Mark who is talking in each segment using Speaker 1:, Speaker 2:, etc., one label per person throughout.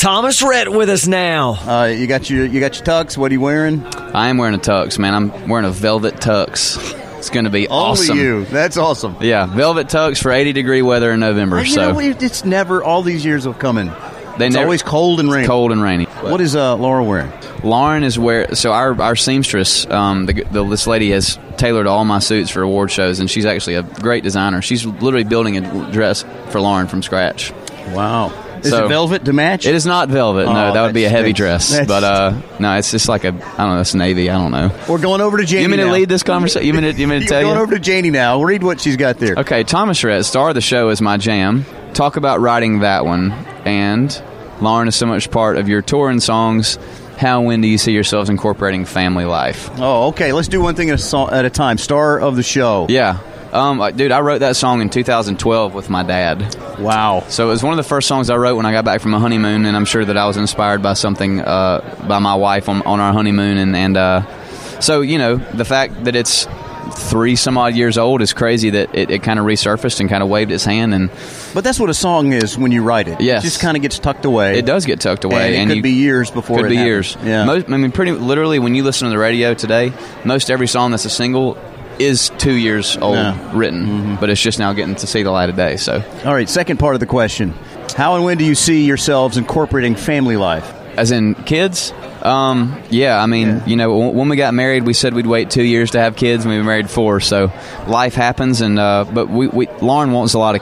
Speaker 1: Thomas Rhett with us now.
Speaker 2: Uh, you got your you got your tux. What are you wearing?
Speaker 3: I am wearing a tux, man. I'm wearing a velvet tux. It's going to be awesome.
Speaker 2: Only you. That's awesome.
Speaker 3: Yeah, velvet tux for 80 degree weather in November.
Speaker 2: You
Speaker 3: so
Speaker 2: know, we- it's never all these years of coming.
Speaker 3: They
Speaker 2: it's
Speaker 3: never-
Speaker 2: always cold and rainy.
Speaker 3: cold and rainy.
Speaker 2: What is uh, Laura wearing?
Speaker 3: Lauren is where. So our our seamstress, um, the, the, this lady has tailored all my suits for award shows, and she's actually a great designer. She's literally building a dress for Lauren from scratch.
Speaker 2: Wow. Is
Speaker 3: So-
Speaker 2: it velvet to match?
Speaker 3: It is not velvet.
Speaker 2: Oh,
Speaker 3: no, that would be a
Speaker 2: that
Speaker 3: heavy
Speaker 2: stinks.
Speaker 3: dress.
Speaker 2: That
Speaker 3: But uh, no, it's just like a I don't know. It's navy. I don't know.
Speaker 2: We're going over to Janie.
Speaker 3: You mean to
Speaker 2: now.
Speaker 3: lead this conversation? You mean to, you mean to
Speaker 2: You're
Speaker 3: tell
Speaker 2: going
Speaker 3: you?
Speaker 2: over to Janie now. Read what she's got there.
Speaker 3: Okay, Thomas Rhett, star of the show, is my jam. Talk about writing that one. And Lauren is so much part of your tour and songs. How and when do you see yourselves incorporating family life?
Speaker 2: Oh, okay. Let's do one thing at a, so- at a time. Star of the show.
Speaker 3: Yeah. Um, like, dude, I wrote that song in 2012 with my dad.
Speaker 2: Wow.
Speaker 3: So it was one of the first songs I wrote when I got back from a honeymoon, and I'm sure that I was inspired by something uh, by my wife on, on our honeymoon. And, and uh, so, you know, the fact that it's three some odd years old is crazy that it, it kind of resurfaced and kind of waved its hand, and
Speaker 2: But that's what a song is when you write it.
Speaker 3: Yes.
Speaker 2: It just kind of gets tucked away.
Speaker 3: it does get tucked
Speaker 2: And
Speaker 3: away.
Speaker 2: it could
Speaker 3: you-
Speaker 2: be years before
Speaker 3: Could
Speaker 2: it
Speaker 3: be
Speaker 2: happens.
Speaker 3: years.
Speaker 2: Yeah.
Speaker 3: Most, I mean, pretty literally, when you listen to the radio today, most every song that's a single is two years old
Speaker 2: Yeah. Mm-hmm.
Speaker 3: written, but it's just now getting to see the light of day. So.
Speaker 2: All right. Second part of the question. How and when do you see yourselves incorporating family life?
Speaker 3: As in kids? Um, yeah, I mean, you know, w- when we got married, we said we'd wait two years to have kids, and we've been married four. So life happens, and uh, but we, we Lauren wants a lot of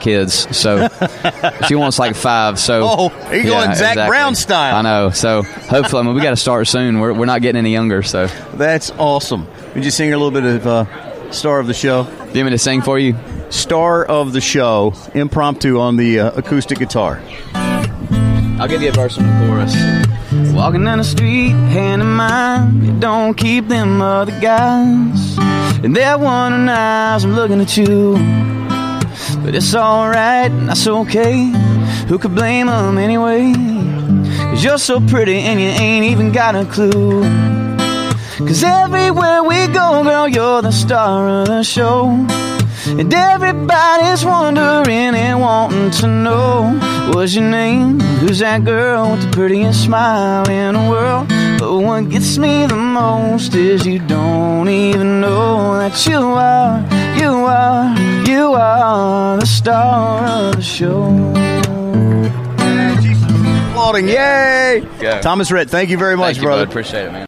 Speaker 3: kids, so she wants like five. So
Speaker 2: Oh, you're going Zac Brown style.
Speaker 3: I know. So hopefully, I mean, we got to start soon. We're, we're not getting any younger. So you
Speaker 2: That's awesome. Would you sing her a little bit of uh, Star of the Show?
Speaker 3: want me to sing for you?
Speaker 2: Star of the Show, impromptu on the uh, acoustic guitar.
Speaker 3: I'll give you a verse from the chorus. Walking down the street, hand in mine, you don't keep them other guys. And they're wondering eyes, I'm looking at you. But it's alright, and that's okay. Who could blame them anyway? Cause you're so pretty and you ain't even got a clue. Cause everywhere we go, girl, you're the star of the show. And everybody's wondering and wanting to know What's your name? Who's that girl with the prettiest smile in the world? But what gets me the most is you don't even know that you are, you are, you are the star of the show.
Speaker 2: Applauding, yay!
Speaker 3: Go.
Speaker 2: Thomas Rhett, thank you very much, brother.
Speaker 3: Appreciate it, man.